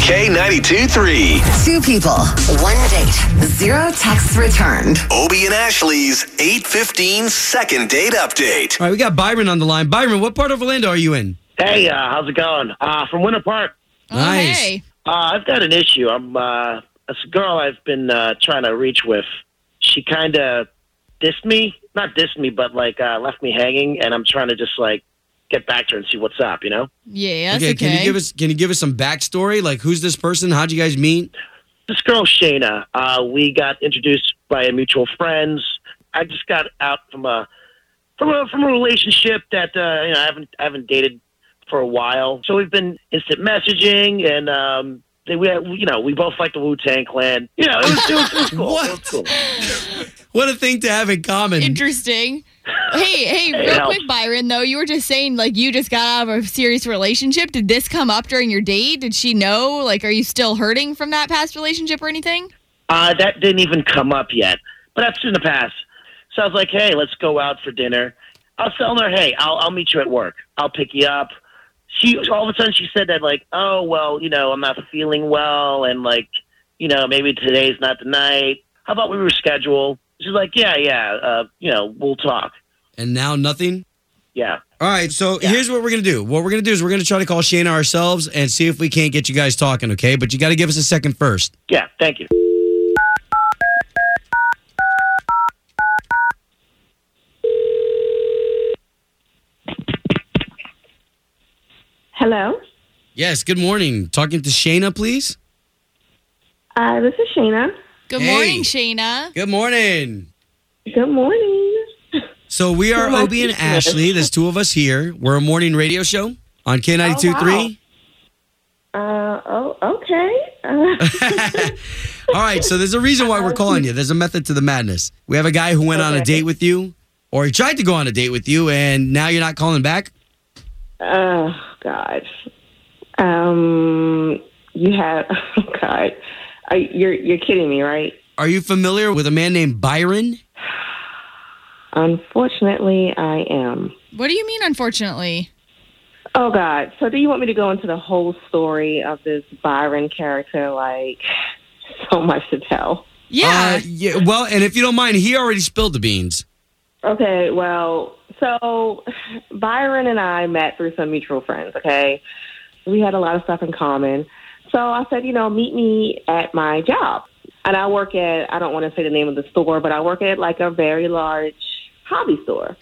K92 3. Two people, one date, zero texts returned. Obie and Ashley's 815 second date update. All right, we got Byron on the line. Byron, what part of Orlando are you in? Hey, uh, how's it going? Uh, from Winter Park. nice. Hey. Uh, I've got an issue. I'm uh, this girl I've been uh, trying to reach with. She kind of dissed me, not dissed me, but like uh, left me hanging, and I'm trying to just like get back to her and see what's up. You know? Yes. Okay. okay, can you give us can you give us some backstory? Like who's this person? How'd you guys meet? This girl Shayna, uh, we got introduced by a mutual friends. I just got out from a from a from a relationship that uh, you know I haven't I haven't dated for a while. So we've been instant messaging and um, they, we you know we both like the Wu Tang Clan. You know it was, it was, it was cool. It was What? cool. What a thing to have in common. Interesting. Hey, hey, real helps. quick, Byron, though, you were just saying, like, you just got out of a serious relationship. Did this come up during your date? Did she know? Like, are you still hurting from that past relationship or anything? Uh, that didn't even come up yet, but that's in the past. So I was like, hey, let's go out for dinner. I was telling her, hey, I'll, I'll meet you at work. I'll pick you up. She all of a sudden she said that like, oh well, you know, I'm not feeling well, and like, you know, maybe today's not the night. How about we reschedule? She's like, yeah, yeah, uh, you know, we'll talk. and now nothing? Yeah. All right, so Yeah. here's what we're gonna do. What we're gonna do is we're gonna try to call Shayna ourselves and see if we can't get you guys talking, okay? But you gotta give us a second first. Yeah, thank you. Hello, Yes, good morning. Talking to Shayna, please. uh, this is Shayna. Good Hey. morning, Shayna. Good morning. Good morning. So we are Good morning. Obie and Ashley. There's two of us here. We're a morning radio show on K92.3. Oh, Uh, oh, okay. Uh, All right, so there's a reason why we're calling you. There's a method to the madness. We have a guy who went on a Okay. date with you, or he tried to go on a date with you, and now you're not calling back. oh God. Um, you had. Oh God. Are, you're you're kidding me, right? Are you familiar with a man named Byron? Unfortunately, I am. What do you mean, unfortunately? Oh God. So do you want me to go into the whole story of this Byron character? Like, so much to tell. Yeah. Uh, yeah. Well, and if you don't mind, he already spilled the beans. Okay, well, so Byron and I met through some mutual friends, okay? We had a lot of stuff in common. So I said, you know, meet me at my job. And I work at, I don't want to say the name of the store, but I work at like a very large hobby store.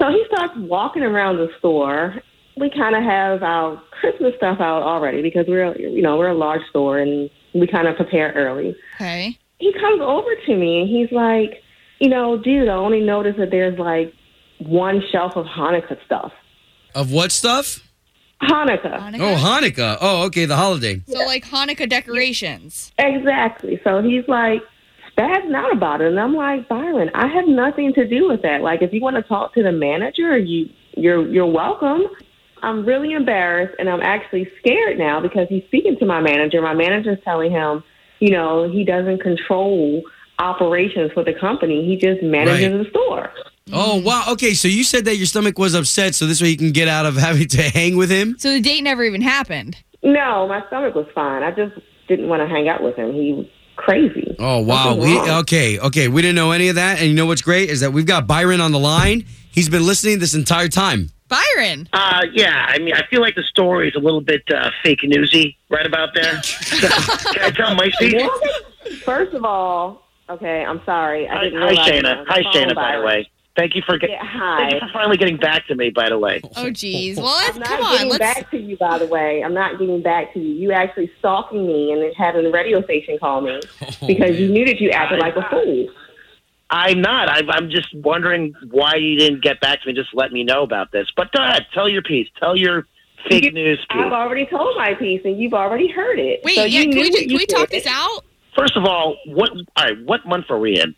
So he starts walking around the store. We kind of have our Christmas stuff out already because we're, you know, we're a large store and we kind of prepare early okay. oh, he comes over to me and he's like, you know, dude, I only noticed that there's like one shelf of Hanukkah stuff. Of what stuff? Hanukkah. Oh, Hanukkah. Hanukkah. Oh, okay, the holiday. so, like, Hanukkah decorations. Exactly. So he's like, spazzing out about it. And I'm like, Byron, I have nothing to do with that. Like if you want to talk to the manager, you you're you're welcome. I'm really embarrassed and I'm actually scared now because he's speaking to my manager. My manager's telling him, you know, he doesn't control operations for the company. He just manages Right. the store. Oh, wow. Okay, so you said that your stomach was upset, so this way you can get out of having to hang with him. So, the date never even happened. No, my stomach was fine. I just didn't want to hang out with him. He was crazy. Oh wow. Something We wrong. okay, okay. We didn't know any of that. And you know what's great is that we've got Byron on the line. He's been listening this entire time. Byron. Uh, yeah, I mean, I feel like the story is a little bit uh, fake newsy right about there. Can I tell my secret? First of all, okay, I'm sorry. I Hi, didn't realize I was Shayna. on the Hi, phone, Shayna. By the Byron. way, thank you for get, Yeah, thank you hi. for finally getting back to me. By the way, Oh, geez. Well, I'm let's, not come on. getting Let's. back to you, by the way. I'm not getting back to you. You actually stalking me and had a radio station call me Oh, because you knew that you acted like a fool. I'm not. i I'm just wondering why you didn't get back to me. and Just let me know about this. But go ahead, tell your piece. Tell your fake You- news I've piece. already told my piece, and you've already heard it. Wait, So yeah, you can knew we, what ju- you can we talk said. this out? First of all, what all right, what month are we in?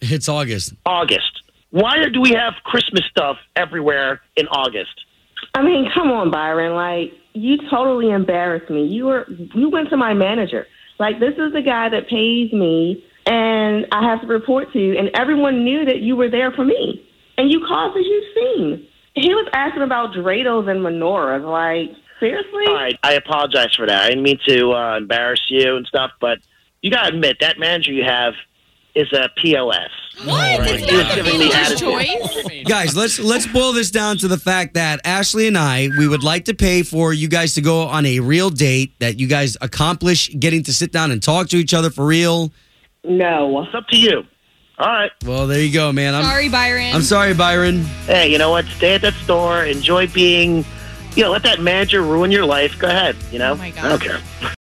It's August. August. Why do we have Christmas stuff everywhere in August? I mean, come on, Byron. Like you totally embarrassed me. You were you went to my manager. Like this is the guy that pays me, and I have to report to you. And everyone knew that you were there for me, and you caused as you've seen. He was asking about dreidels and menorahs. Like seriously, All right, I apologize for that. I didn't mean to uh, embarrass you and stuff, but you gotta admit that manager you have is a POS. What? my It's not God. the Giving me manager's attitude. choice. Guys, let's let's boil this down to the fact that Ashley and I, we would like to pay for you guys to go on a real date that you guys accomplish getting to sit down and talk to each other for real. no. It's up to you. All right. Well, there you go, man. I'm Sorry, Byron. I'm sorry, Byron. Hey, you know what? Stay at that store. Enjoy being. You know, let that manager ruin your life. Go ahead. You know, Oh my God. I don't care.